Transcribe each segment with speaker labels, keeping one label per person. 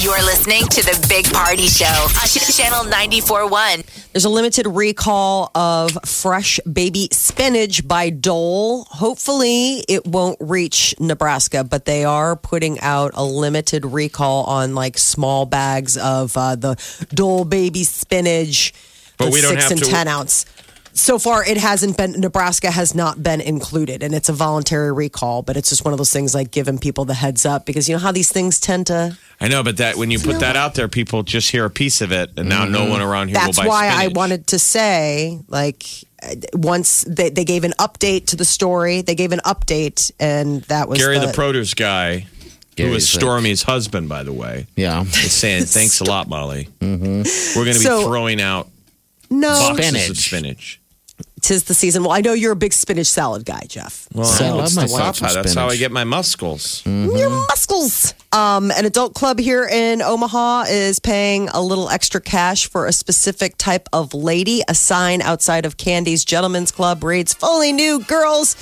Speaker 1: You're listening to the Big Party Show on Ch- Channel 94.1.
Speaker 2: There's a limited recall of fresh baby spinach by Dole. Hopefully, it won't reach Nebraska, but they are putting out a limited recall on like small bags of uh, the Dole baby spinach,
Speaker 3: But
Speaker 2: the
Speaker 3: we don't
Speaker 2: six
Speaker 3: have
Speaker 2: and
Speaker 3: to-
Speaker 2: ten ounce. So far, it hasn't been Nebraska has not been included, and it's a voluntary recall. But it's just one of those things like giving people the heads up because you know how these things tend to.
Speaker 3: I know, but that when you put that out there, people just hear a piece of it, and now no one around here
Speaker 2: Mm-hmm. that's
Speaker 3: will buy
Speaker 2: why I
Speaker 3: spinach.
Speaker 2: wanted to say, like, uh, once they, they gave an update to the story, they gave an update, and that was
Speaker 3: Gary the,
Speaker 2: the,
Speaker 3: produce guy, who is
Speaker 4: Gary's, uh,
Speaker 3: Stormy's husband, by the way,
Speaker 4: Yeah.
Speaker 3: is saying thanks a lot, Molly. We're going to be
Speaker 2: So- Oh.
Speaker 3: throwing out
Speaker 2: no.
Speaker 3: boxes of
Speaker 4: Mm-hmm. Spinach.
Speaker 3: spinach.
Speaker 2: Tis the season. Well, I know you're a big spinach salad guy, Jeff.
Speaker 3: Well,
Speaker 4: So I love
Speaker 3: it's the
Speaker 4: myself
Speaker 3: Wi-Fi.
Speaker 4: some
Speaker 3: That's how I
Speaker 4: spinach.
Speaker 3: get my muscles.
Speaker 2: Your muscles. Um, an adult club here in Omaha is paying a little extra cash for a specific type of lady. A sign outside of Candy's Gentlemen's Club reads, "Fully new girls."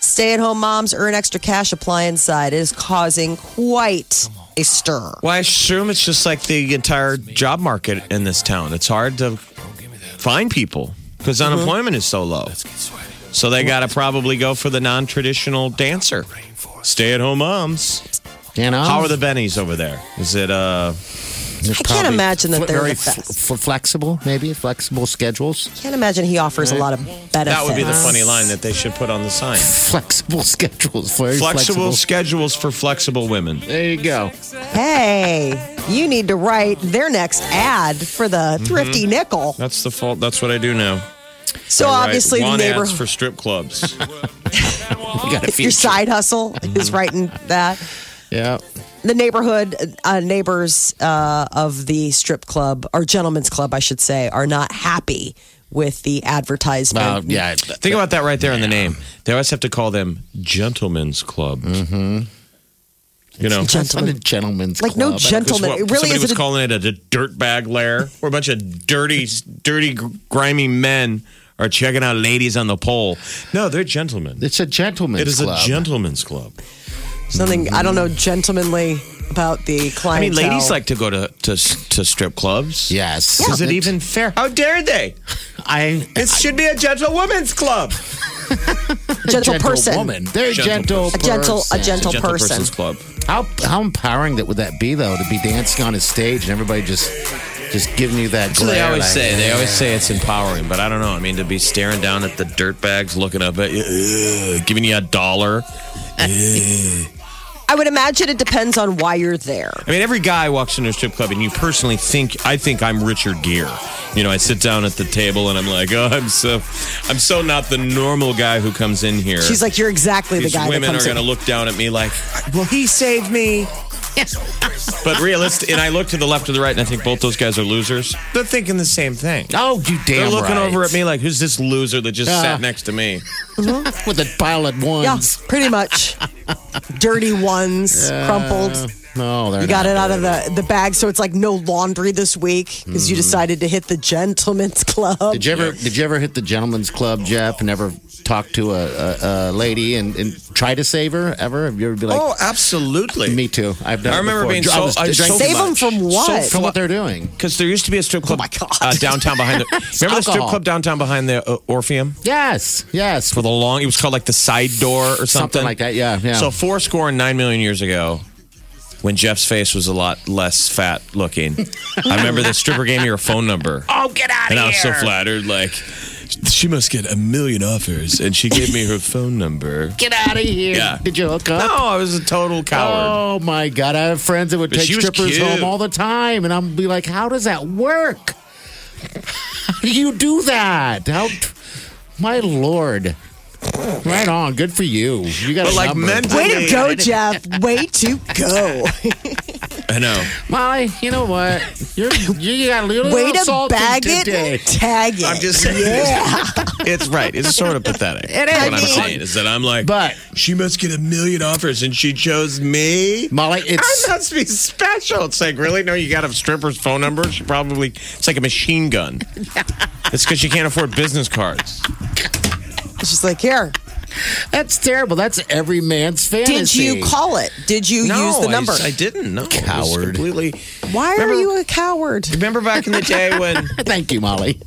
Speaker 2: Stay at home moms earn extra cash apply inside. It is causing quite a stir.
Speaker 3: Well, I assume it's just like the entire job market in this town. It's hard to find people because
Speaker 2: Mm-hmm.
Speaker 3: unemployment is so low. So they got to probably go for the non-traditional dancer, stay-at-home moms.
Speaker 4: You
Speaker 2: Um,
Speaker 4: know?
Speaker 3: How are the bennies over there? Is it uh?
Speaker 2: I can't imagine that they're
Speaker 4: very
Speaker 2: the best.
Speaker 4: f- f- flexible, maybe flexible schedules.
Speaker 2: can't imagine he offers a lot of benefits.
Speaker 3: That would be the funny line that they should put on the sign.
Speaker 4: Flexible schedules. Very
Speaker 3: Flexible
Speaker 4: flexible.
Speaker 3: schedules for flexible women.
Speaker 4: there you go.
Speaker 2: Hey, you need to write their next ad for
Speaker 3: Mm-hmm.
Speaker 2: the thrifty nickel.
Speaker 3: That's the fault. That's what I do now.
Speaker 2: So
Speaker 3: I write
Speaker 2: obviously the
Speaker 3: want ads
Speaker 2: neighborhood.
Speaker 3: for strip clubs.
Speaker 4: We got a feature.
Speaker 2: your side hustle
Speaker 3: Mm-hmm.
Speaker 2: is writing that.
Speaker 4: Yeah.
Speaker 2: The neighborhood uh, neighbors uh, of the strip club or gentlemen's club, I should say, are not happy with the advertisement.
Speaker 4: Well, yeah.
Speaker 3: Think about that right there in the name. They always have to call them gentlemen's clubs. Mm-hmm. You know,
Speaker 4: That's not a gentleman's
Speaker 2: Like, no
Speaker 4: club.
Speaker 2: gent-
Speaker 3: Because
Speaker 2: Gentlemen,
Speaker 3: what-
Speaker 2: it really
Speaker 3: somebody
Speaker 2: is
Speaker 3: was
Speaker 2: a-
Speaker 3: calling it a dirt bag lair, where a bunch of dirty, dirty, grimy men are checking out ladies on the pole. No, they're gentlemen.
Speaker 4: It's a gentleman's
Speaker 3: It is
Speaker 4: club.
Speaker 3: a gentleman's club.
Speaker 2: Something I don't know gentlemanly about the
Speaker 3: I mean,
Speaker 2: clientele.
Speaker 3: ladies like to go to to, to strip clubs.
Speaker 4: Yes.
Speaker 3: Is it even fair? How dare they?
Speaker 4: I
Speaker 3: It should be a gentlewoman's club.
Speaker 2: gentle,
Speaker 4: gentle
Speaker 2: person,
Speaker 4: woman. They're
Speaker 3: Gentle
Speaker 4: gentle.
Speaker 2: a gentle, a
Speaker 4: person.
Speaker 2: gentle,
Speaker 3: Gentle
Speaker 2: person.
Speaker 3: person's club.
Speaker 4: How how empowering that would that be though to be dancing on a stage and everybody just just giving you that glare.
Speaker 3: They always
Speaker 4: like,
Speaker 3: say they always say it's empowering, but I don't know. I mean, to be staring down at the dirt bags, looking up at you, ugh, giving you a dollar.
Speaker 2: I would imagine it depends on why you're there.
Speaker 3: I mean, every guy walks into a strip club, and you personally think, I think I'm Richard Gere. You know, I sit down at the table, and I'm like, oh, I'm so, I'm so not the normal guy who comes in here.
Speaker 2: She's like, you're exactly
Speaker 3: These
Speaker 2: the guy
Speaker 3: women
Speaker 2: that
Speaker 3: are
Speaker 2: comes
Speaker 3: going to
Speaker 2: in.
Speaker 3: look down at me like, well, he saved me. but realistic, and I look to the left or the right, and I think both those guys are losers. They're thinking the same thing.
Speaker 4: Oh, you damn
Speaker 3: They're looking
Speaker 4: right.
Speaker 3: over at me like, who's this loser that just
Speaker 4: Yeah.
Speaker 3: sat next to me?
Speaker 4: with a pile of
Speaker 2: Yeah,
Speaker 4: ones.
Speaker 2: pretty much. Dirty ones, crumpled.
Speaker 4: No, they're
Speaker 2: You got
Speaker 4: not
Speaker 2: it out of
Speaker 4: dirty.
Speaker 2: the, the bag, so it's like no laundry this week because you decided to hit the gentleman's club.
Speaker 4: Did you ever did you ever hit the gentleman's club, Jeff, and ever talk to a, a, a lady and, and try to save her ever? Have you ever been like,
Speaker 3: absolutely.
Speaker 4: me too? I've done.
Speaker 3: Oh, I
Speaker 4: it
Speaker 3: remember
Speaker 4: before.
Speaker 3: being so-
Speaker 4: was-
Speaker 3: I was
Speaker 4: drank
Speaker 3: so
Speaker 4: too
Speaker 2: Save them
Speaker 3: much.
Speaker 2: from what?
Speaker 4: for what they're doing.
Speaker 3: Because there used to be a strip club
Speaker 2: my God.
Speaker 3: Uh, downtown behind the. Remember the strip
Speaker 4: Alcohol.
Speaker 3: club downtown behind the uh, Orpheum?
Speaker 4: Yes, yes.
Speaker 3: For the long, it was called like the side door or something,
Speaker 4: Something like that, yeah, yeah.
Speaker 3: So four score and nine million years ago, when Jeff's face was a lot less fat looking, I remember the stripper gave me her phone number.
Speaker 4: oh, get out
Speaker 3: And I was so flattered, like she must get a million offers, and she gave me her phone number.
Speaker 4: Get out of here!
Speaker 3: Yeah.
Speaker 4: Did you hook up?
Speaker 3: No, I was a total coward.
Speaker 4: Oh my god! I have friends that would
Speaker 3: But
Speaker 4: take
Speaker 3: she was
Speaker 4: strippers
Speaker 3: cute.
Speaker 4: home all the time, and I'm be like, "How does that work? How do you do that? How, my lord!" Right on. Good for you. You got
Speaker 3: But
Speaker 4: a
Speaker 3: like
Speaker 4: number.
Speaker 3: mentally-
Speaker 2: Way to go, Jeff. Way to go.
Speaker 3: I know.
Speaker 4: Molly. You know what? You're you got a little,
Speaker 2: Way
Speaker 4: little
Speaker 2: to
Speaker 4: salty
Speaker 2: bag it
Speaker 4: today.
Speaker 2: and tag it.
Speaker 3: I'm just saying. It's right. It's sort of pathetic. It is. What I'm
Speaker 2: is.
Speaker 3: saying is that I'm like,
Speaker 4: But-
Speaker 3: she must get a million offers and she chose me.
Speaker 4: Molly, it's
Speaker 3: I must be special. It's like, really? No, you got a stripper's phone number? She probably, it's like a machine gun. It's because she can't afford business cards.
Speaker 2: It's just like, here.
Speaker 4: that's terrible. That's every man's fantasy.
Speaker 2: Did you call it? Did you use the
Speaker 3: I-
Speaker 2: number?
Speaker 3: I, didn't. No, It was
Speaker 4: Coward.
Speaker 3: Completely.
Speaker 2: Why are
Speaker 3: Remember-
Speaker 2: you a coward?
Speaker 3: Remember back in the day when,
Speaker 4: Thank you, Molly.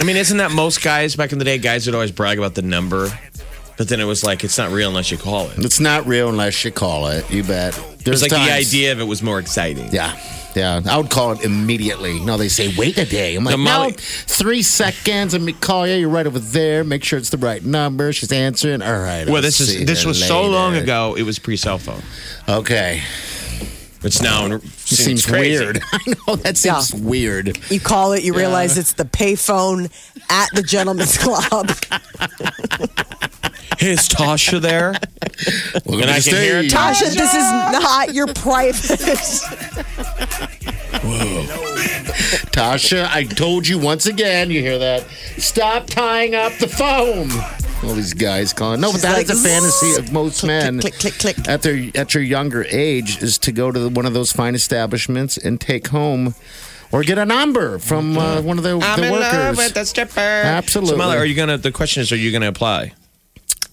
Speaker 3: I mean, isn't that most guys back in the day, guys would always brag about the number, but then it was like, it's not real unless you call it. It
Speaker 4: It's not real unless you call it. You bet.
Speaker 3: was
Speaker 4: There's
Speaker 3: like
Speaker 4: times-
Speaker 3: the idea of it was more exciting.
Speaker 4: Yeah. Yeah, I would call it immediately. No, they say wait a day. I'm like,
Speaker 3: The Molly-
Speaker 4: no, three seconds. Let me call you. You're right over there. Make sure it's the right number. She's answering. All right.
Speaker 3: Well,
Speaker 4: I'll
Speaker 3: this
Speaker 4: see
Speaker 3: is this
Speaker 4: you
Speaker 3: was so
Speaker 4: later.
Speaker 3: long ago. It was pre-cell phone.
Speaker 4: Okay,
Speaker 3: It's now
Speaker 4: It
Speaker 3: seems,
Speaker 4: seems
Speaker 3: crazy.
Speaker 4: weird. I know that seems weird.
Speaker 2: You call it, you realize it's the payphone at the gentleman's club.
Speaker 3: Hey, is Tasha there?
Speaker 4: Welcome
Speaker 3: And
Speaker 4: to
Speaker 3: I
Speaker 4: the
Speaker 3: can hear
Speaker 4: stage.
Speaker 2: Tasha, this is not your private.
Speaker 4: Tasha, I told you once again. You hear that? Stop tying up the phone. All these guys calling. No, but
Speaker 2: She's
Speaker 4: that
Speaker 2: like,
Speaker 4: is the fantasy of most
Speaker 2: click,
Speaker 4: men.
Speaker 2: click, click, click, click.
Speaker 4: At their at your younger age is to go to the, one of those fine establishments and take home or get a number from uh, one of the,
Speaker 3: I'm
Speaker 4: the
Speaker 3: in
Speaker 4: workers.
Speaker 3: love with the stripper.
Speaker 4: Absolutely.
Speaker 3: So, Molly, are you gonna? The question is, are you gonna apply?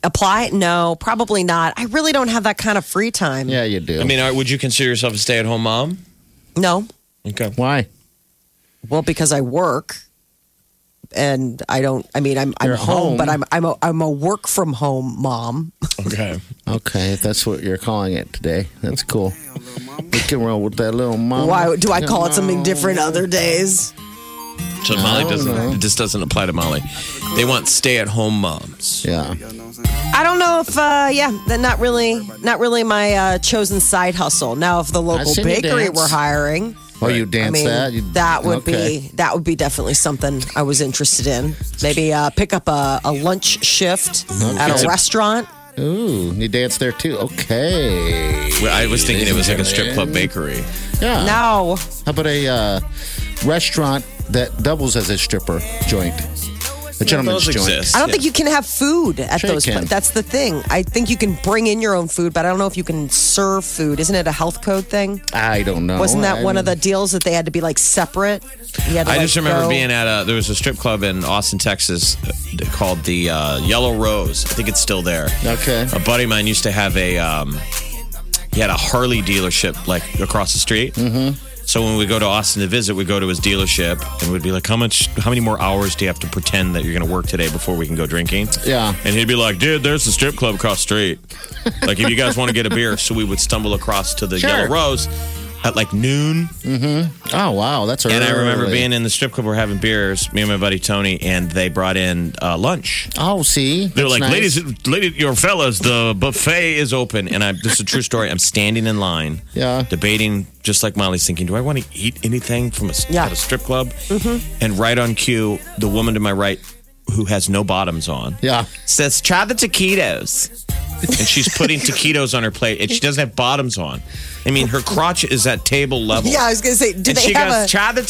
Speaker 2: Apply? No, probably not. I really don't have that kind of free time.
Speaker 4: yeah, you do.
Speaker 3: I mean, are, would you consider yourself a stay-at-home mom?
Speaker 2: No.
Speaker 3: Okay.
Speaker 4: why?
Speaker 2: Well, because I work and I don't I mean I'm I'm
Speaker 4: You're
Speaker 2: home,
Speaker 4: home.
Speaker 2: but I'm I'm a, I'm a work from home mom.
Speaker 3: Okay.
Speaker 4: Okay, if that's what you're calling it today, that's cool. We can roll with that little mom.
Speaker 2: Why do I call it something different other days?
Speaker 3: So Molly doesn't. This doesn't apply to Molly. They want stay-at-home moms.
Speaker 4: Yeah.
Speaker 2: I don't know if uh yeah, that not really not really my uh chosen side hustle. Now if the local
Speaker 4: seen you
Speaker 2: bakery
Speaker 4: dance.
Speaker 2: were hiring,
Speaker 4: Oh, you
Speaker 2: I
Speaker 4: dance
Speaker 2: mean
Speaker 4: that?
Speaker 2: that,
Speaker 4: You-
Speaker 2: would
Speaker 4: okay.
Speaker 2: be that would be definitely something I was interested in. Maybe uh pick up a, a lunch shift at a restaurant.
Speaker 4: Ooh, you dance there too. Okay.
Speaker 3: Well, I was thinking it was like a strip club bakery.
Speaker 4: Yeah.
Speaker 2: No.
Speaker 4: How about a uh, restaurant that doubles as a stripper joint? A gentleman's
Speaker 3: Those
Speaker 4: joint.
Speaker 3: exist.
Speaker 2: I don't think you can have food at
Speaker 4: Sure you
Speaker 2: those.
Speaker 4: can.
Speaker 2: pla- That's the thing. I think you can bring in your own food, but I don't know if you can serve food. Isn't it a health code thing?
Speaker 4: I don't know.
Speaker 2: Wasn't that
Speaker 4: I
Speaker 2: one of the deals that they had to be like separate? You had to,
Speaker 3: I
Speaker 2: like,
Speaker 3: just remember
Speaker 2: go-
Speaker 3: being at a there was a strip club in Austin, Texas, uh, called the uh, Yellow Rose. I think it's still there.
Speaker 4: Okay.
Speaker 3: A buddy of mine used to have a um, he had a Harley dealership like across the street. Mm-hmm. So when we go to Austin to visit, we go to his dealership and we'd be like, "How much? How many more hours do you have to pretend that you're going to work today before we can go drinking?"
Speaker 4: Yeah.
Speaker 3: And he'd be like, "Dude, there's a strip club across the street. like, if you guys want to get a beer, so we would stumble across to the
Speaker 4: Sure.
Speaker 3: Yellow Rose." At like noon,
Speaker 4: Oh wow, that's early.
Speaker 3: and I remember being in the strip club. We're having beers, me and my buddy Tony, and they brought in uh, lunch.
Speaker 4: Oh, see,
Speaker 3: They're
Speaker 4: That's
Speaker 3: like,
Speaker 4: nice.
Speaker 3: ladies, ladies, your fellas, the buffet is open. And I, this is a true story. I'm standing in line,
Speaker 4: Yeah.
Speaker 3: debating, just like Molly's thinking, do I want to eat anything from a,
Speaker 2: Yeah. Mm-hmm.
Speaker 3: at a strip club? And right on cue, the woman to my right, who has no bottoms on,
Speaker 4: Yeah.
Speaker 3: says, try the taquitos. and she's putting taquitos on her plate, and she doesn't have bottoms on. I mean, her crotch is at table level.
Speaker 2: Yeah, I was gonna say, do
Speaker 3: and
Speaker 2: they
Speaker 3: she
Speaker 2: have
Speaker 3: goes,
Speaker 2: a?
Speaker 3: try the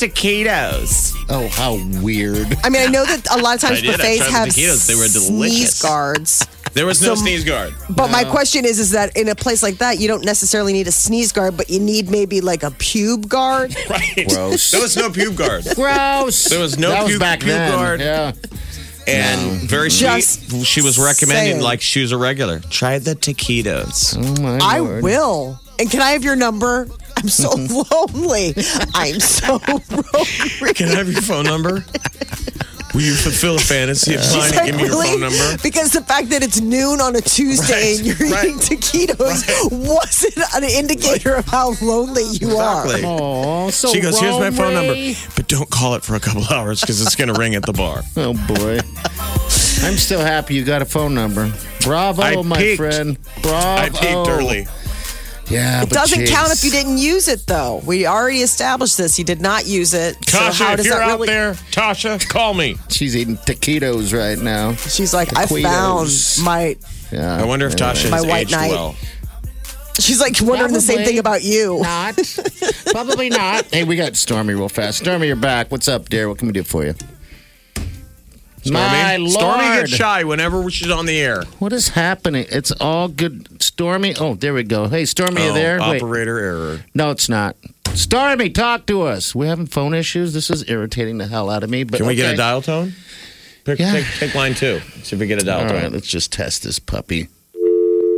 Speaker 3: taquitos.
Speaker 4: Oh, how weird.
Speaker 2: I mean, I know that a lot of times
Speaker 3: I did. I
Speaker 2: buffets
Speaker 3: tried the
Speaker 2: have
Speaker 3: taquitos. They were
Speaker 2: sneeze
Speaker 3: delicious.
Speaker 2: guards.
Speaker 3: There was no
Speaker 2: So-
Speaker 3: sneeze guard.
Speaker 2: But my question is, is that in a place like that, you don't necessarily need a sneeze guard, but you need maybe like a pube guard.
Speaker 3: Right.
Speaker 4: Gross.
Speaker 3: There was no pube guard.
Speaker 4: Gross.
Speaker 3: There was no
Speaker 4: that was
Speaker 3: puke-
Speaker 4: back
Speaker 3: puke
Speaker 4: then.
Speaker 3: guard.
Speaker 4: Yeah.
Speaker 3: and very
Speaker 2: Just
Speaker 3: sweet. She was recommending
Speaker 2: saying.
Speaker 3: like she was a regular. Mm. Try the taquitos.
Speaker 2: I will. And can I have your number? I'm so lonely. I'm so lonely.
Speaker 3: Can I have your phone number? Will you fulfill a fantasy of
Speaker 2: She's
Speaker 3: mine and
Speaker 2: like,
Speaker 3: give me your
Speaker 2: really?
Speaker 3: phone number?
Speaker 2: Because the fact that it's noon on a Tuesday
Speaker 3: Right,
Speaker 2: and you're
Speaker 3: right,
Speaker 2: eating taquitos wasn't an indicator of how lonely you
Speaker 3: Exactly.
Speaker 4: Oh, so
Speaker 3: She goes, here's my phone number,
Speaker 4: Romney."
Speaker 3: but don't call it for a couple hours because it's going to ring at the bar.
Speaker 4: Oh boy. I'm still happy you got a phone number. Bravo,
Speaker 3: I
Speaker 4: my
Speaker 3: peaked.
Speaker 4: friend. Bravo.
Speaker 3: I peaked early.
Speaker 4: Yeah,
Speaker 2: It
Speaker 4: but
Speaker 2: doesn't
Speaker 4: geez.
Speaker 2: count if you didn't use it, though. We already established this. You did not use it. So
Speaker 3: Tasha,
Speaker 2: how
Speaker 3: if
Speaker 2: does
Speaker 3: you're
Speaker 2: that
Speaker 3: out
Speaker 2: really?
Speaker 3: there, Tasha, call me.
Speaker 4: She's eating taquitos right now.
Speaker 2: She's like, I found
Speaker 4: Taquitos.
Speaker 2: my.
Speaker 4: Yeah.
Speaker 3: I wonder if Tasha
Speaker 2: My
Speaker 3: has
Speaker 2: white
Speaker 3: aged
Speaker 2: knight.
Speaker 3: well.
Speaker 2: She's like wondering the same
Speaker 4: Probably
Speaker 2: thing about you.
Speaker 4: Not. Probably not. Hey, we got Stormy real fast. Stormy, you're back. What's up, dear? What can we do for you?
Speaker 3: Stormy,
Speaker 4: My Lord.
Speaker 3: Stormy gets shy whenever she's on the air.
Speaker 4: What is happening? It's all good. Stormy. Oh, there we go. Hey, Stormy, you
Speaker 3: Oh,
Speaker 4: there? Wait.
Speaker 3: Operator error.
Speaker 4: No, it's not. Stormy, talk to us. We're having phone issues. This is irritating the hell out of me. But
Speaker 3: Can we get
Speaker 4: okay.
Speaker 3: a dial tone? Pick,
Speaker 4: Yeah.
Speaker 3: take, take line two. See if we get a dial
Speaker 4: All
Speaker 3: tone.
Speaker 4: right, let's just test this puppy.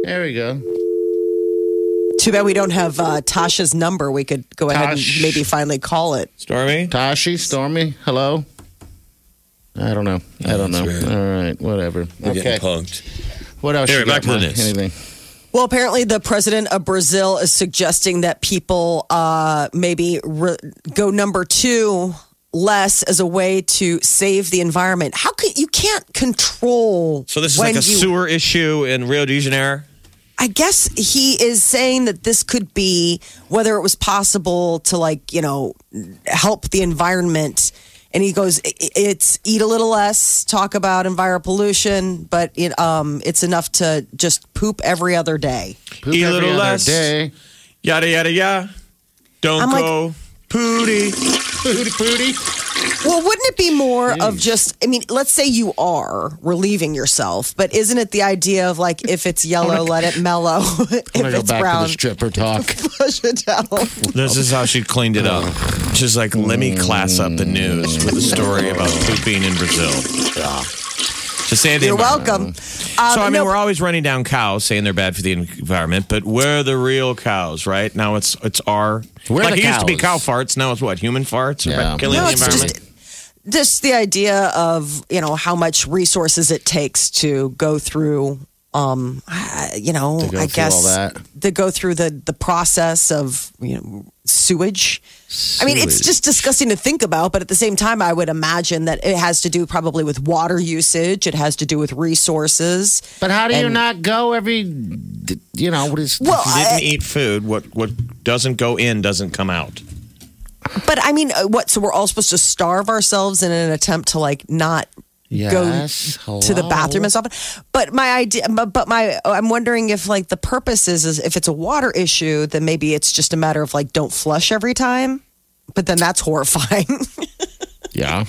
Speaker 4: There we go.
Speaker 2: Too bad we don't have uh, Tasha's number. We could go ahead
Speaker 4: Tosh.
Speaker 2: and maybe finally call it.
Speaker 3: Stormy?
Speaker 4: Tashi, Stormy, hello. I don't know. I don't know.
Speaker 3: that's weird.
Speaker 4: All right, whatever. okay.
Speaker 3: punked.
Speaker 4: What else?
Speaker 3: Anyway,
Speaker 4: you got,
Speaker 3: back to the
Speaker 4: Mike?
Speaker 3: news.
Speaker 4: Anything?
Speaker 2: Well, apparently, the president of Brazil is suggesting that people uh, maybe re- go number two less as a way to save the environment. How can you can't control?
Speaker 3: So this is
Speaker 2: when
Speaker 3: like a
Speaker 2: you-
Speaker 3: sewer issue in Rio de Janeiro.
Speaker 2: I guess he is saying that this could be whether it was possible to like you know help the environment. And he goes, "I- I- it's eat a little less, talk about environmental pollution, but it um it's enough to just poop every other day.
Speaker 4: Poop
Speaker 3: Eat a
Speaker 4: every
Speaker 3: little
Speaker 4: other
Speaker 3: less.
Speaker 4: Day.
Speaker 3: Yada yada yada. Don't
Speaker 2: I'm like-
Speaker 3: go pooty.
Speaker 4: Pooty pooty.
Speaker 2: Well, wouldn't it be more of just, I mean, let's say you are relieving yourself, but isn't it the idea of like, if it's yellow, let it mellow? if
Speaker 4: Oh I'm gonna go
Speaker 2: it's
Speaker 4: back to
Speaker 2: brown,
Speaker 4: the stripper talk.
Speaker 2: push it down.
Speaker 3: This is how she cleaned it up. She's like, let me class up the news with a story about pooping in Brazil. Just saying,
Speaker 2: You're welcome. Um,
Speaker 3: So I mean,
Speaker 2: no,
Speaker 3: we're always running down cows, saying they're bad for the environment, but we're the real cows, right? Now it's it's our
Speaker 4: We're
Speaker 3: like
Speaker 4: the
Speaker 3: it used to be cow
Speaker 4: cows.
Speaker 3: farts. Now it's what human farts Are
Speaker 4: Yeah.
Speaker 3: killing
Speaker 2: No,
Speaker 3: the
Speaker 2: it's
Speaker 3: environment.
Speaker 2: just- just the idea of, you know, how much resources it takes to go through, um, I- you know,
Speaker 4: go
Speaker 2: I
Speaker 4: through all
Speaker 2: guess
Speaker 4: that.
Speaker 2: to go through the, the process of, you know, sewage. I mean, it's just disgusting to think about, but at the same time, I would imagine that it has to do probably with water usage. It has to do with resources.
Speaker 4: But how do you not go every? You know what is?
Speaker 2: Well,
Speaker 3: didn't
Speaker 2: I,
Speaker 3: eat food. What what doesn't go in doesn't come out.
Speaker 2: but I mean, uh, what? So we're all supposed to starve ourselves in an attempt to like not
Speaker 4: yes.
Speaker 2: go to the
Speaker 4: hello.
Speaker 2: bathroom and stuff. But my idea, but, but my, I'm wondering if like the purpose is, is if it's a water issue, then maybe it's just a matter of like don't flush every time. But then that's horrifying,
Speaker 4: Yeah.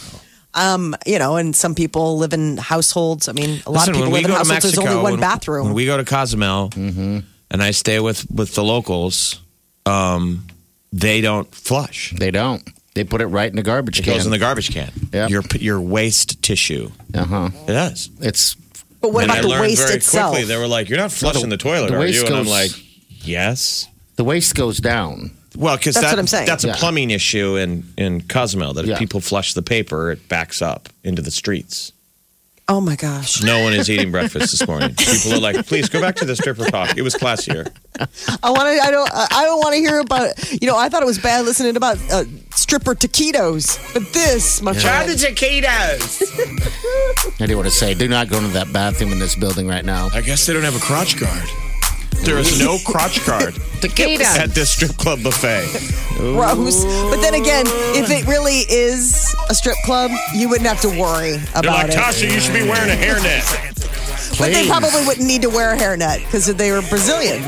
Speaker 2: you know. And some people live in households. I mean, a lot of people live in households. there's only one
Speaker 3: when-
Speaker 2: bathroom.
Speaker 3: When we go to Cozumel,
Speaker 4: Mm-hmm.
Speaker 3: and I stay with with the locals, um, they don't flush.
Speaker 4: They don't. They put it right in the garbage
Speaker 3: It
Speaker 4: can.
Speaker 3: goes in the garbage can.
Speaker 4: Yep.
Speaker 3: Your your waste tissue.
Speaker 4: uh huh.
Speaker 3: It does.
Speaker 4: It's
Speaker 2: but what
Speaker 3: and
Speaker 2: about
Speaker 3: I
Speaker 2: the
Speaker 3: learned
Speaker 2: waste
Speaker 3: very
Speaker 2: itself?
Speaker 3: quickly. They were like, "You're not flushing the, toilet,
Speaker 4: the
Speaker 3: are you?"
Speaker 4: waste
Speaker 3: And I'm
Speaker 4: goes-
Speaker 3: like, "Yes."
Speaker 4: the waste goes down.
Speaker 3: Well, because
Speaker 2: That's what I'm saying.
Speaker 3: That's a
Speaker 4: Yeah.
Speaker 3: plumbing issue in in Cozumel. That if
Speaker 4: Yeah.
Speaker 3: people flush the paper, it backs up into the streets.
Speaker 2: oh my gosh!
Speaker 3: No one is eating breakfast this morning. People are like, "Please go back to the stripper talk. It was classier."
Speaker 2: I want to. I don't. I don't want to hear about. You know, I thought it was bad listening about uh, stripper taquitos, but this, my friend.
Speaker 3: taquitos.
Speaker 4: I do want to say, do not go into that bathroom in this building right now.
Speaker 3: I guess they don't have a crotch guard. There is no crotch guard at this strip club buffet.
Speaker 2: gross. But then again, if it really is a strip club, you wouldn't have to worry
Speaker 3: They're
Speaker 2: about
Speaker 3: like,
Speaker 2: it.
Speaker 3: Tasha, you should be wearing a hairnet.
Speaker 2: But they probably wouldn't need to wear a hairnet because they were Brazilian.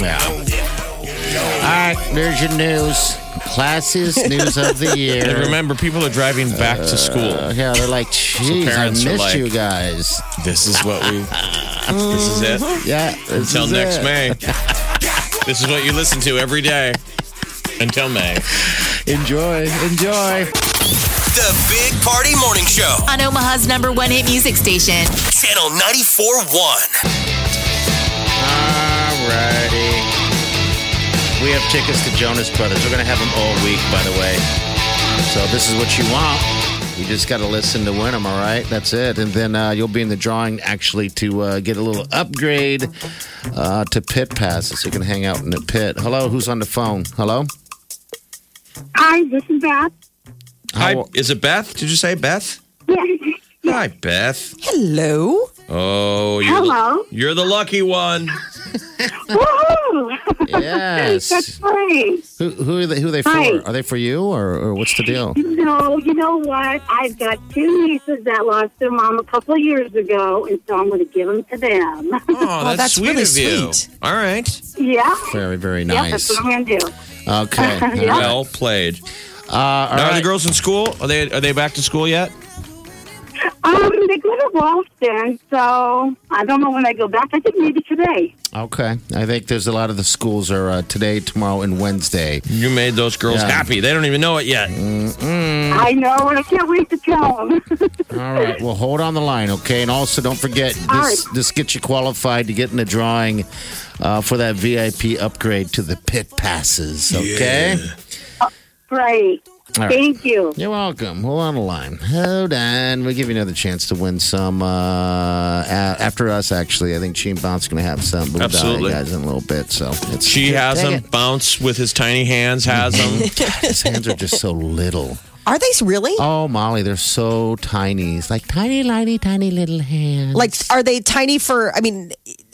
Speaker 4: Yeah. All right, there's your news. Classes, news of the year.
Speaker 3: And remember, people are driving back to school.
Speaker 4: Yeah, they're like, geez, I
Speaker 3: parents
Speaker 4: missed
Speaker 3: are like-
Speaker 4: you guys.
Speaker 3: This is what we. this is it.
Speaker 4: Yeah. this
Speaker 3: Until
Speaker 4: is
Speaker 3: next
Speaker 4: it.
Speaker 3: May. this is what you listen to every day until May.
Speaker 4: Enjoy. Enjoy.
Speaker 5: The Big Party Morning Show,
Speaker 1: on Omaha's number one hit music station.
Speaker 5: Channel 94.1.
Speaker 4: Alrighty. We have tickets to Jonas Brothers. We're going to have them all week, by the way. So this is what you want. You just got to listen to win them, all right? That's it. And then uh, you'll be in the drawing actually to uh, get a little upgrade uh, to pit passes. You can hang out in the pit. Hello, who's on the phone? Hello?
Speaker 6: Hi, this is Beth.
Speaker 3: Hi, is it Beth? Did you say Beth?
Speaker 6: Yes.
Speaker 3: Hi, Beth.
Speaker 2: Hello.
Speaker 3: Oh, you're,
Speaker 6: Hello.
Speaker 3: you're the lucky one.
Speaker 6: Woohoo!
Speaker 4: Yes.
Speaker 6: That's right.
Speaker 4: Who, who are they? Who are they for?
Speaker 6: Hi.
Speaker 4: Are they for you, or, or what's the deal?
Speaker 6: No, you know what? I've got two nieces that lost their mom a couple of years ago, and so I'm going to give them to them.
Speaker 3: Oh, that's,
Speaker 2: that's
Speaker 3: sweet
Speaker 2: really
Speaker 3: of you.
Speaker 2: sweet.
Speaker 3: All right.
Speaker 6: yeah.
Speaker 4: Very, very
Speaker 6: Yeah,
Speaker 4: nice.
Speaker 6: that's what I'm going to do.
Speaker 4: Okay.
Speaker 6: Yeah.
Speaker 3: Well played.
Speaker 4: Uh, all
Speaker 3: Now, Are the
Speaker 4: right.
Speaker 3: girls in school? Are they are they back to school yet?
Speaker 6: Um, they go to Boston, so I don't know when they go back. I think maybe today.
Speaker 4: Okay. I think there's a lot of the schools are uh, today, tomorrow, and Wednesday.
Speaker 3: You made those girls
Speaker 4: Yeah.
Speaker 3: happy. They don't even know it yet.
Speaker 4: Hmm.
Speaker 6: I know, and I can't wait to tell them.
Speaker 4: All right. Well, hold on the line, okay? And also, don't forget this.
Speaker 6: All
Speaker 4: This gets you qualified to get in the drawing uh, for that VIP upgrade to the pit passes. Okay.
Speaker 6: Great.
Speaker 4: All right.
Speaker 6: Thank you.
Speaker 4: You're welcome. Hold on the line. Hold on. We'll give you another chance to win some uh, a- after us. Actually, I think Gene Bounce is going to have some. But we'll dial you
Speaker 3: Absolutely.
Speaker 4: guys in a little bit. So it's
Speaker 3: She has
Speaker 4: Dang
Speaker 3: him
Speaker 4: it.
Speaker 3: bounce with his tiny hands. Has him.
Speaker 4: His hands are just so little.
Speaker 2: Are they really?
Speaker 4: Oh, Molly, they're so tiny. It's like tiny, tiny, tiny little hands.
Speaker 2: Like, are they tiny for? I mean,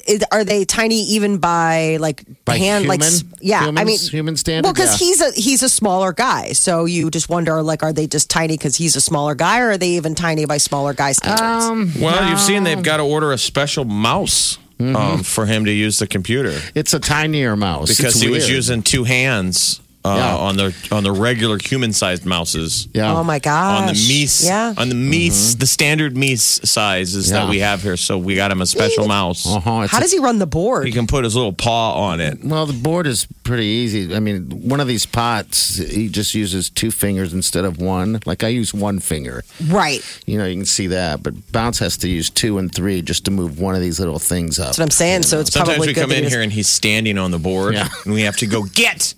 Speaker 2: is, are they tiny even by like
Speaker 4: By
Speaker 2: hand? like,
Speaker 4: human-
Speaker 2: s- yeah. I mean,
Speaker 4: humans- human standard,
Speaker 2: Well, because
Speaker 4: yeah.
Speaker 2: he's a he's a smaller guy, so you just wonder like, are they just tiny because he's a smaller guy, or are they even tiny by smaller guy standards?
Speaker 3: Well, you've seen they've got to order a special mouse um, for him to use the computer
Speaker 4: It's a tinier mouse
Speaker 3: because
Speaker 4: It's
Speaker 3: he was
Speaker 4: weird.
Speaker 3: using two hands uh,
Speaker 4: Yeah.
Speaker 3: on the on the regular human sized mouses.
Speaker 4: Yeah. Mm-hmm.
Speaker 2: Oh my gosh!
Speaker 3: On the meese, Uh,
Speaker 2: yeah.
Speaker 3: on the meese, the standard meese sizes that
Speaker 4: Yeah.
Speaker 3: we have here. So we got him a special mouse.
Speaker 4: Uh-huh. It's
Speaker 2: How
Speaker 4: a-
Speaker 2: does he run the board?
Speaker 3: He can put his little paw on it.
Speaker 4: Well, the board is pretty easy. I mean, one of these pots, he just uses two fingers instead of one. Like I use one finger.
Speaker 2: right.
Speaker 4: You know, you can see that. But Bounce has to use two and three just to move one of these little things up.
Speaker 2: That's what I'm saying. So it's
Speaker 3: Sometimes
Speaker 2: probably
Speaker 3: we
Speaker 2: good
Speaker 3: come
Speaker 2: that
Speaker 3: in
Speaker 2: he
Speaker 3: here and he's standing on the board,
Speaker 4: Yeah.
Speaker 3: and we have to go get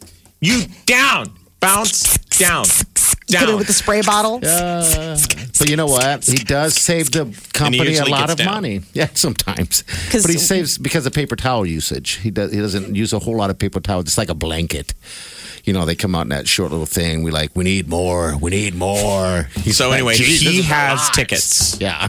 Speaker 3: you down, bounce down,
Speaker 2: doesn't- Hit it
Speaker 3: down.
Speaker 2: with the spray bottle.
Speaker 4: Uh, but you know what? He does save the company a
Speaker 3: usually
Speaker 4: lot of
Speaker 3: gets down.
Speaker 4: money. Yeah, sometimes.
Speaker 2: 'Cause-
Speaker 4: But he saves because of paper towel usage. He does. He doesn't use a whole lot of paper towel. It's like a blanket. You know, they come out in that short little thing. We like, we need more. We need more. He's
Speaker 3: So
Speaker 4: like,
Speaker 3: anyway,
Speaker 4: "Geez, this
Speaker 3: he
Speaker 4: is a
Speaker 3: has
Speaker 4: lot."
Speaker 3: tickets
Speaker 4: Yeah.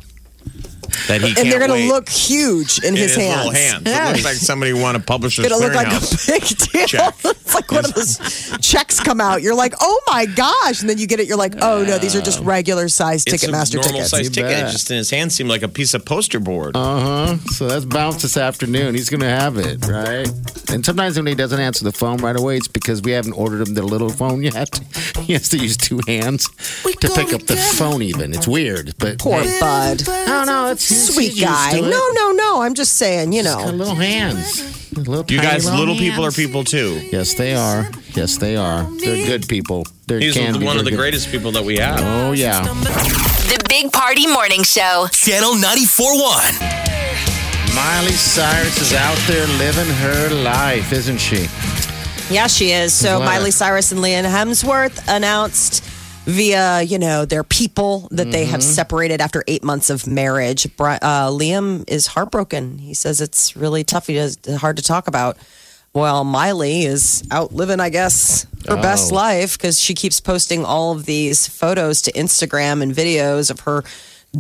Speaker 3: that he
Speaker 2: and
Speaker 3: can't
Speaker 2: they're gonna
Speaker 3: wait
Speaker 2: look huge in,
Speaker 3: in
Speaker 2: his, hands.
Speaker 3: little hands.
Speaker 2: Yeah.
Speaker 3: It looks like somebody won a publisher's
Speaker 2: It'll look like a
Speaker 3: clearinghouse.
Speaker 2: big deal.
Speaker 3: Check.
Speaker 2: It's like one of those checks come out. You're like, oh my gosh. And then you get it, you're like, oh no, these are just regular size
Speaker 3: It's a
Speaker 2: Ticketmaster
Speaker 3: normal
Speaker 2: tickets.
Speaker 3: size
Speaker 4: You
Speaker 3: ticket.
Speaker 4: bet.
Speaker 3: It Just in his hand seemed like a piece of poster board.
Speaker 4: Uh huh. So that's bounce this afternoon. He's gonna have it, right? And sometimes when he doesn't answer the phone right away, it's because we haven't ordered him the little phone yet. He has to use two hands to pick up the phone. Even it's weird, but
Speaker 2: Poor bud.
Speaker 4: No, no, it's he's
Speaker 2: Sweet
Speaker 4: used
Speaker 2: guy.
Speaker 4: to it.
Speaker 2: No, no, no. I'm just saying, you
Speaker 4: Got
Speaker 2: know.
Speaker 4: little hands. Little
Speaker 3: you
Speaker 4: tiny
Speaker 3: guys, little people are
Speaker 4: hands.
Speaker 3: people too.
Speaker 4: Yes, they are. Yes, they are. They're good people. They
Speaker 3: He's
Speaker 4: can be.
Speaker 3: one of the
Speaker 4: They're good-
Speaker 3: greatest people that we have.
Speaker 4: Oh yeah.
Speaker 1: The Big Party Morning Show.
Speaker 5: Channel 94.1.
Speaker 4: Miley Cyrus is out there living her life, isn't she?
Speaker 2: Yeah, she is. So
Speaker 4: Glad.
Speaker 2: Miley Cyrus and Liam Hemsworth announced via, you know, their people that they have
Speaker 3: Mm-hmm.
Speaker 2: separated after eight months of marriage. Bri- Uh, Liam is heartbroken. He says it's really tough. He does hard to talk about. Well, Miley is out living, I guess, her best
Speaker 4: Oh.
Speaker 2: life because she keeps posting all of these photos to Instagram and videos of her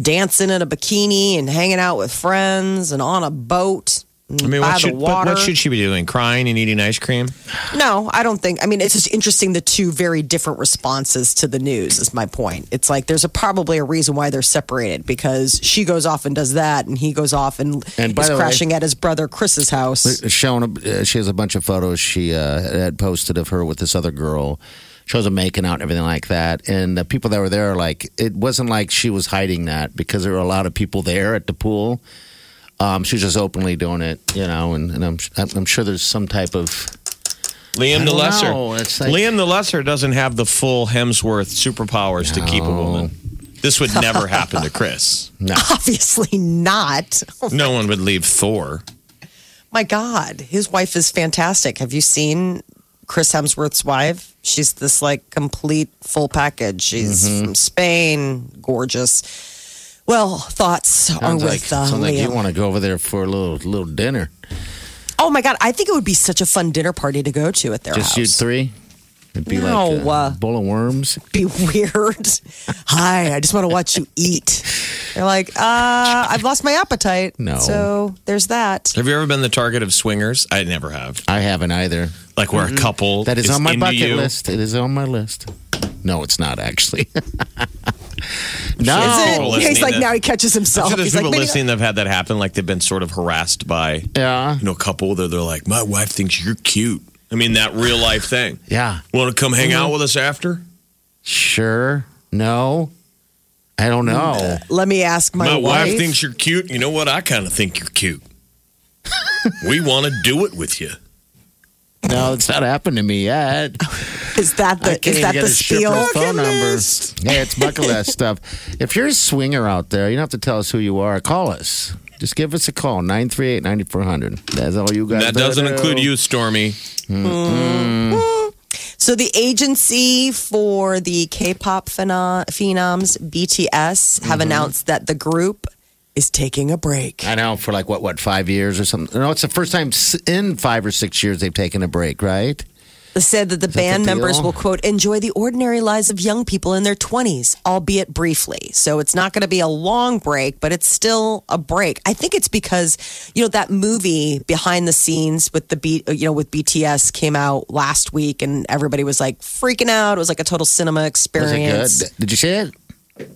Speaker 2: dancing in a bikini and hanging out with friends and on a boat.
Speaker 3: I mean,
Speaker 2: by
Speaker 3: what
Speaker 2: the
Speaker 3: should, but
Speaker 2: water.
Speaker 3: what should she be doing? Crying and eating ice cream?
Speaker 2: No, I don't think. I mean, it's just interesting the two very different responses to the news is my point. It's like there's a, probably a reason why they're separated because she goes off and does that, and he goes off and,
Speaker 4: And by
Speaker 2: is
Speaker 4: the way-
Speaker 2: crashing at his brother Chris's house.
Speaker 4: shown a, uh, she has a bunch of photos she uh, had posted of her with this other girl shows them making out and everything like that and the people that were there are like it wasn't like she was hiding that because there were a lot of people there at the pool um, she was just openly doing it you know and, and I'm, I'm sure there's some type of
Speaker 3: Liam
Speaker 4: I
Speaker 3: the
Speaker 4: don't
Speaker 3: Lesser.
Speaker 4: know. It's like-
Speaker 3: Liam the Lesser doesn't have the full Hemsworth superpowers to keep a woman. This would never happen to Chris.
Speaker 2: Obviously not. Oh,
Speaker 3: No one would leave Thor.
Speaker 2: my God, his wife is fantastic. Have you seen Chris Hemsworth's wife? She's this like complete full package. She's
Speaker 4: Mm-hmm.
Speaker 2: from Spain, gorgeous. Well, thoughts are
Speaker 4: sounds like,
Speaker 2: with uh,
Speaker 4: sounds like you
Speaker 2: Liam.
Speaker 4: want to go over there for a little little dinner
Speaker 2: Oh my god, I think it would be such a fun dinner party to go to at their
Speaker 4: just you
Speaker 2: house.
Speaker 4: three it'd be like
Speaker 2: No,
Speaker 4: a
Speaker 2: uh,
Speaker 4: bowl of worms
Speaker 2: be weird. Hi, I just want to watch you eat. You're like, uh, I've lost my appetite.
Speaker 4: No.
Speaker 2: So there's that.
Speaker 3: Have you ever been the target of swingers? I never have.
Speaker 4: I haven't either.
Speaker 3: Like where a couple
Speaker 4: That is on my
Speaker 3: into
Speaker 4: bucket
Speaker 3: you.
Speaker 4: list. It is on my list. No, it's not actually.
Speaker 3: Is
Speaker 4: no.
Speaker 3: it? People
Speaker 2: He's
Speaker 3: listening
Speaker 2: like,
Speaker 3: to-
Speaker 2: now he catches
Speaker 3: I'm
Speaker 2: himself.
Speaker 3: sure there's
Speaker 2: He's like,
Speaker 3: people
Speaker 2: maybe
Speaker 3: listening that have had that happen. Like they've been sort of harassed by you
Speaker 4: Yeah.
Speaker 3: know a couple. They're they're like, my wife thinks you're cute. I mean that real life thing.
Speaker 4: Yeah.
Speaker 3: Want to come hang
Speaker 2: Mm-hmm.
Speaker 3: out with us after?
Speaker 4: Sure. No. I don't know.
Speaker 2: not. Let me ask my,
Speaker 3: My, wife. thinks you're cute. You know what? I kind of think you're cute. we want to do it with you.
Speaker 4: No, it's not happened to me yet.
Speaker 2: is that
Speaker 4: I
Speaker 2: the
Speaker 4: can't
Speaker 2: is
Speaker 4: even
Speaker 2: that
Speaker 4: get
Speaker 2: the
Speaker 4: a
Speaker 2: steal?
Speaker 4: stripper's phone number. Hey, it's bucket list stuff. If you're a swinger out there, you don't have to tell us who you are. Call us. Just give us a call 938-9400. That's all you guys.
Speaker 3: That doesn't
Speaker 4: better do.
Speaker 3: include you, Stormy.
Speaker 2: So the agency for the K-pop pheno- phenoms BTS
Speaker 4: Mm-hmm.
Speaker 2: have announced that the group is taking a break.
Speaker 4: I know for like what what five years or something. No, it's the first time s- in five or six years they've taken a break, right?
Speaker 2: They said that the band
Speaker 4: the
Speaker 2: members
Speaker 4: deal?
Speaker 2: will quote enjoy the ordinary lives of young people in their 20s, albeit briefly. So it's not going to be a long break, but it's still a break. I think it's because you know that movie behind the scenes with the beat, you know, with BTS came out last week, and everybody was like freaking out. It was like a total cinema
Speaker 4: Was it good?
Speaker 2: experience.
Speaker 4: Did you see it?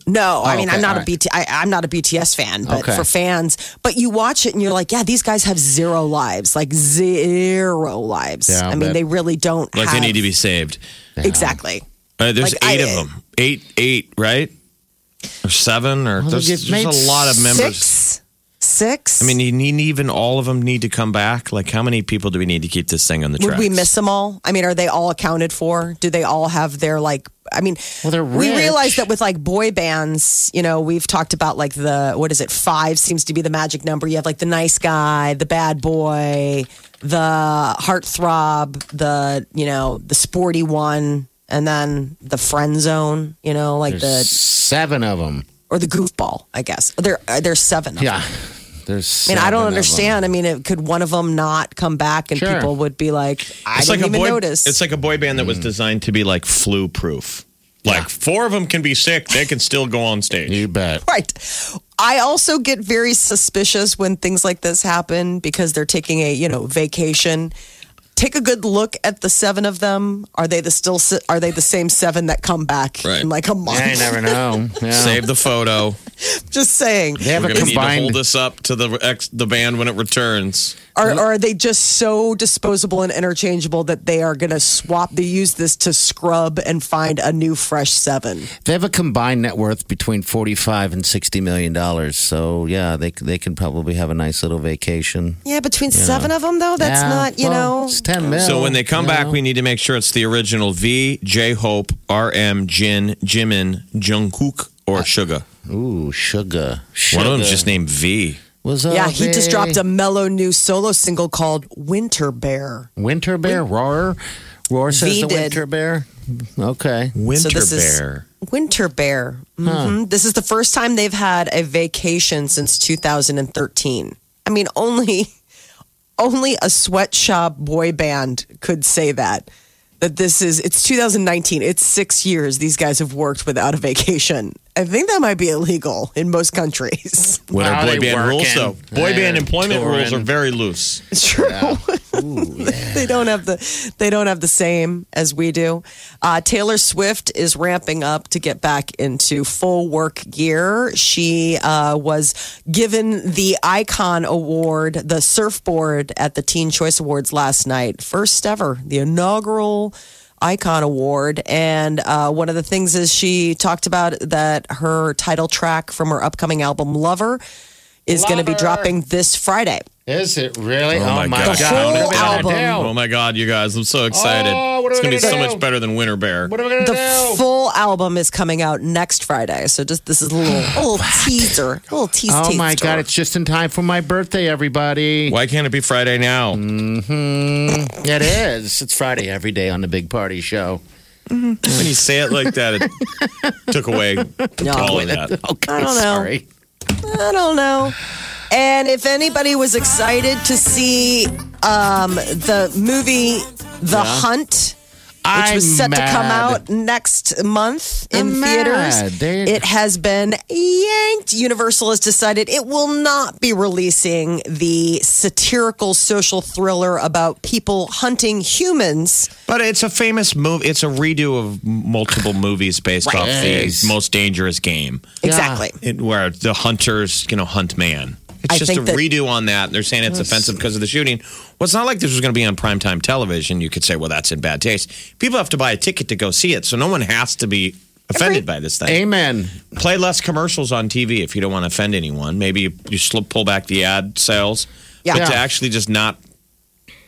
Speaker 2: No, I
Speaker 4: Oh,
Speaker 2: mean
Speaker 4: okay,
Speaker 2: I'm not
Speaker 4: all
Speaker 2: a BT I, I'm not a BTS fan, but
Speaker 4: Okay.
Speaker 2: for fans, but you watch it and you're like, yeah, these guys have zero lives, like zero lives.
Speaker 4: Yeah,
Speaker 2: I mean,
Speaker 4: but-
Speaker 2: they really don't.
Speaker 3: Like they
Speaker 2: have-
Speaker 3: need to be saved.
Speaker 2: exactly.
Speaker 3: Uh, there's
Speaker 2: Like,
Speaker 3: eight
Speaker 2: I-
Speaker 3: of them. Eight, eight, right? Or seven, or
Speaker 4: Well,
Speaker 3: there's,
Speaker 4: you've
Speaker 3: there's
Speaker 4: made
Speaker 3: a lot of members.
Speaker 2: Six, six.
Speaker 3: I mean, you need, even all of them need to come back. Like, how many people do we need to keep this thing on the
Speaker 2: would
Speaker 3: track?
Speaker 2: we miss them all? I mean, are they all accounted for? Do they all have their like? I mean,
Speaker 4: Well, they're
Speaker 2: we realize
Speaker 4: rich.
Speaker 2: that with like boy bands, you know, we've talked about like the what is it? Five seems to be the magic number. You have like the nice guy, the bad boy, the heartthrob, the you know, the sporty one, and then the friend zone. You know, like the
Speaker 4: Seven of them.
Speaker 2: or the goofball. I guess there are there seven. Of them.
Speaker 4: Yeah. There's.
Speaker 2: I mean, I don't
Speaker 4: seven of 'em.
Speaker 2: understand. I mean, it, could one of them not come back, and
Speaker 4: Sure.
Speaker 2: people would be like, "I didn't
Speaker 3: It's like a
Speaker 2: even
Speaker 3: boy,
Speaker 2: notice."
Speaker 3: It's like a boy band that
Speaker 4: Hmm.
Speaker 3: was designed to be like flu proof. Like, four of them can be sick. They can still go on stage.
Speaker 4: You bet.
Speaker 2: Right. I also get very suspicious when things like this happen because they're taking a, you know, vacation. Take a good look at the seven of them. Are they the still are they the same seven that come back
Speaker 3: Right.
Speaker 2: in like a month?
Speaker 4: Yeah, you never know. Yeah.
Speaker 3: Save the photo.
Speaker 2: Just saying.
Speaker 4: They have
Speaker 3: We're
Speaker 4: a
Speaker 3: going to need to
Speaker 4: combined.
Speaker 3: hold this up to the, ex, the band when it returns.
Speaker 2: Are, are they just so disposable and interchangeable that they are going to swap? They use this to scrub and find a new fresh seven.
Speaker 4: They have a combined net worth between forty-five and sixty million dollars. So yeah, they they can probably have a nice little vacation.
Speaker 2: Yeah, between seven of them though, that's
Speaker 4: Yeah,
Speaker 2: not you
Speaker 4: well,
Speaker 2: know.
Speaker 4: It's ten mil.
Speaker 3: So when they come
Speaker 4: you
Speaker 3: back,
Speaker 2: Oh.
Speaker 4: know.
Speaker 3: we need to make sure it's the original V, J Hope, RM, Jin, Jimin, Jungkook,
Speaker 2: Uh,
Speaker 3: or Suga.
Speaker 4: ooh,
Speaker 3: One of
Speaker 4: sugar. Sugar
Speaker 3: them's just named V.
Speaker 4: was
Speaker 2: Yeah,
Speaker 4: up
Speaker 2: he just
Speaker 4: a
Speaker 2: dropped a mellow new solo single called Winter Bear.
Speaker 4: winter bear. Roar, roar says
Speaker 2: V
Speaker 4: the
Speaker 2: did.
Speaker 4: winter bear. Okay,
Speaker 3: Winter
Speaker 2: this is-
Speaker 3: Bear.
Speaker 2: Winter Bear. hmm This is the first time they've had a vacation since 2013. I mean, only only a sweatshop boy band could say that. That this is it's 2019. It's six years these guys have worked without a vacation. I think that might be illegal in most countries.
Speaker 3: What are
Speaker 4: Wow,
Speaker 3: boy
Speaker 4: they
Speaker 3: band rules, though?
Speaker 4: working.
Speaker 3: Boy
Speaker 4: They're
Speaker 3: band employment rules are
Speaker 4: touring.
Speaker 3: very loose.
Speaker 2: It's true. they don't have the they don't have the same as we do. Uh, Taylor Swift is ramping up to get back into full work gear. She uh, was given the Icon Award, the surfboard at the Teen Choice Awards last night, first ever, the inaugural. Icon Award. And uh, one of the things is she talked about that her title track from her upcoming album, Lover, is going to be dropping this Friday.
Speaker 4: is it really?
Speaker 3: Oh, my gosh.
Speaker 4: What are we
Speaker 2: The
Speaker 4: gonna
Speaker 2: whole
Speaker 3: Oh,
Speaker 4: do?
Speaker 3: my God, you guys. I'm so excited.
Speaker 4: Oh, what are
Speaker 3: it's
Speaker 4: we
Speaker 3: going to be so
Speaker 4: gonna do?
Speaker 3: much better than Winter Bear.
Speaker 4: What are we gonna
Speaker 2: The
Speaker 4: do?
Speaker 2: full album is coming out next Friday, so just this is a little a little teaser, a little tease.
Speaker 4: Oh my
Speaker 2: teaser.
Speaker 4: god! It's just in time for my birthday, everybody.
Speaker 3: Why can't it be Friday now?
Speaker 4: It is. It's Friday every day on the Big Party Show.
Speaker 3: When you say it like that, it took away all of that.
Speaker 4: Okay,
Speaker 2: I don't know.
Speaker 4: sorry.
Speaker 2: I don't know. And if anybody was excited to see um, the movie The Hunt, which was set
Speaker 4: I'm
Speaker 2: to come
Speaker 4: mad.
Speaker 2: out next month in
Speaker 4: I'm mad.
Speaker 2: theaters.
Speaker 4: They-
Speaker 2: It has been yanked. Universal has decided it will not be releasing the satirical social thriller about people hunting humans.
Speaker 3: But it's a famous movie. It's a redo of multiple movies based off
Speaker 4: Yes.
Speaker 3: the most dangerous game,
Speaker 2: Exactly.
Speaker 3: it, where the hunters, you know, hunt man. It's
Speaker 2: I
Speaker 3: just a
Speaker 2: think that-
Speaker 3: redo on that. and They're saying it's offensive because of the shooting. Well, it's not like this was going to be on primetime television. You could say, well, that's in bad taste. People have to buy a ticket to go see it, so no one has to be offended by this thing.
Speaker 4: Amen.
Speaker 3: Play less commercials on TV if you don't want to offend anyone. Maybe you, you sl- pull back the ad sales.
Speaker 2: Yeah.
Speaker 3: But to
Speaker 4: Yeah.
Speaker 3: actually just not,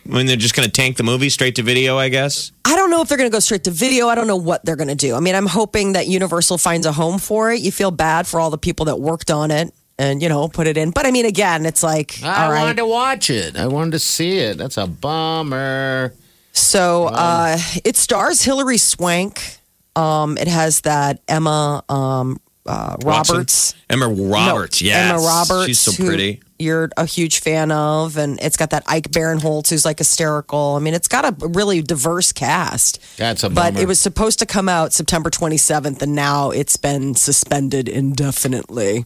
Speaker 3: I mean, they're just going to tank the movie straight to video, I guess.
Speaker 2: I don't know if they're going to go straight to video. I don't know what they're going to do. I mean, I'm hoping that Universal finds a home for it. You feel bad for all the people that worked on it and, you know, put it in. But I mean, again, it's like,
Speaker 4: I
Speaker 2: all right.
Speaker 4: wanted to watch it. I wanted to see it. That's a bummer.
Speaker 2: So uh, it stars Hilary Swank. Um, it has that Emma um, uh,
Speaker 3: Watson?
Speaker 2: Roberts.
Speaker 3: Emma Roberts,
Speaker 2: No,
Speaker 3: yes.
Speaker 2: Emma Roberts.
Speaker 3: She's so
Speaker 2: who
Speaker 3: pretty.
Speaker 2: You're a huge fan of, and it's got that Ike Barinholtz who's like hysterical. I mean, it's got a really diverse cast.
Speaker 4: That's a
Speaker 2: but
Speaker 4: bummer.
Speaker 2: it was supposed to come out September 27th, and now it's been suspended indefinitely.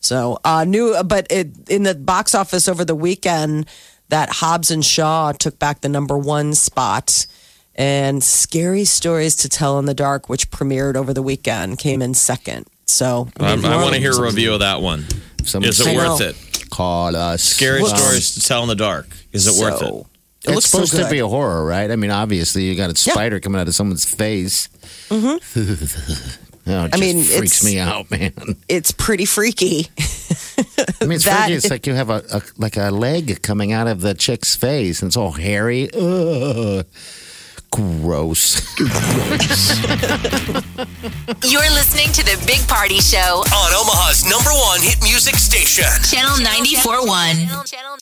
Speaker 2: So uh, new, but it, in the box office over the weekend, that Hobbs and Shaw took back the number one spot, and Scary Stories to Tell in the Dark, which premiered over the weekend, came in second. So
Speaker 3: I,
Speaker 2: mean, more-
Speaker 3: want to hear a review of that one.
Speaker 4: Someone
Speaker 3: Is it
Speaker 2: I
Speaker 3: worth
Speaker 2: know.
Speaker 3: it?
Speaker 4: Call us.
Speaker 3: Scary
Speaker 4: Um,
Speaker 3: stories to tell in the dark. Is it worth it?
Speaker 2: So, It
Speaker 4: it's
Speaker 2: looks so
Speaker 4: supposed to
Speaker 2: good.
Speaker 4: be a horror, right? I mean, obviously, you got a spider coming out of someone's face. Mm-hmm. oh, it
Speaker 2: I
Speaker 4: I mean,
Speaker 2: mean, it's-
Speaker 4: freaks me out, man.
Speaker 2: It's pretty freaky.
Speaker 4: I mean, it's
Speaker 2: That-
Speaker 4: freaky. It's like you have a, a like a leg coming out of the chick's face, and it's all hairy. Ugh. Gross.
Speaker 1: You're listening to the Big Party Show,
Speaker 5: On Omaha's number one hit music station.
Speaker 1: Channel 94.1.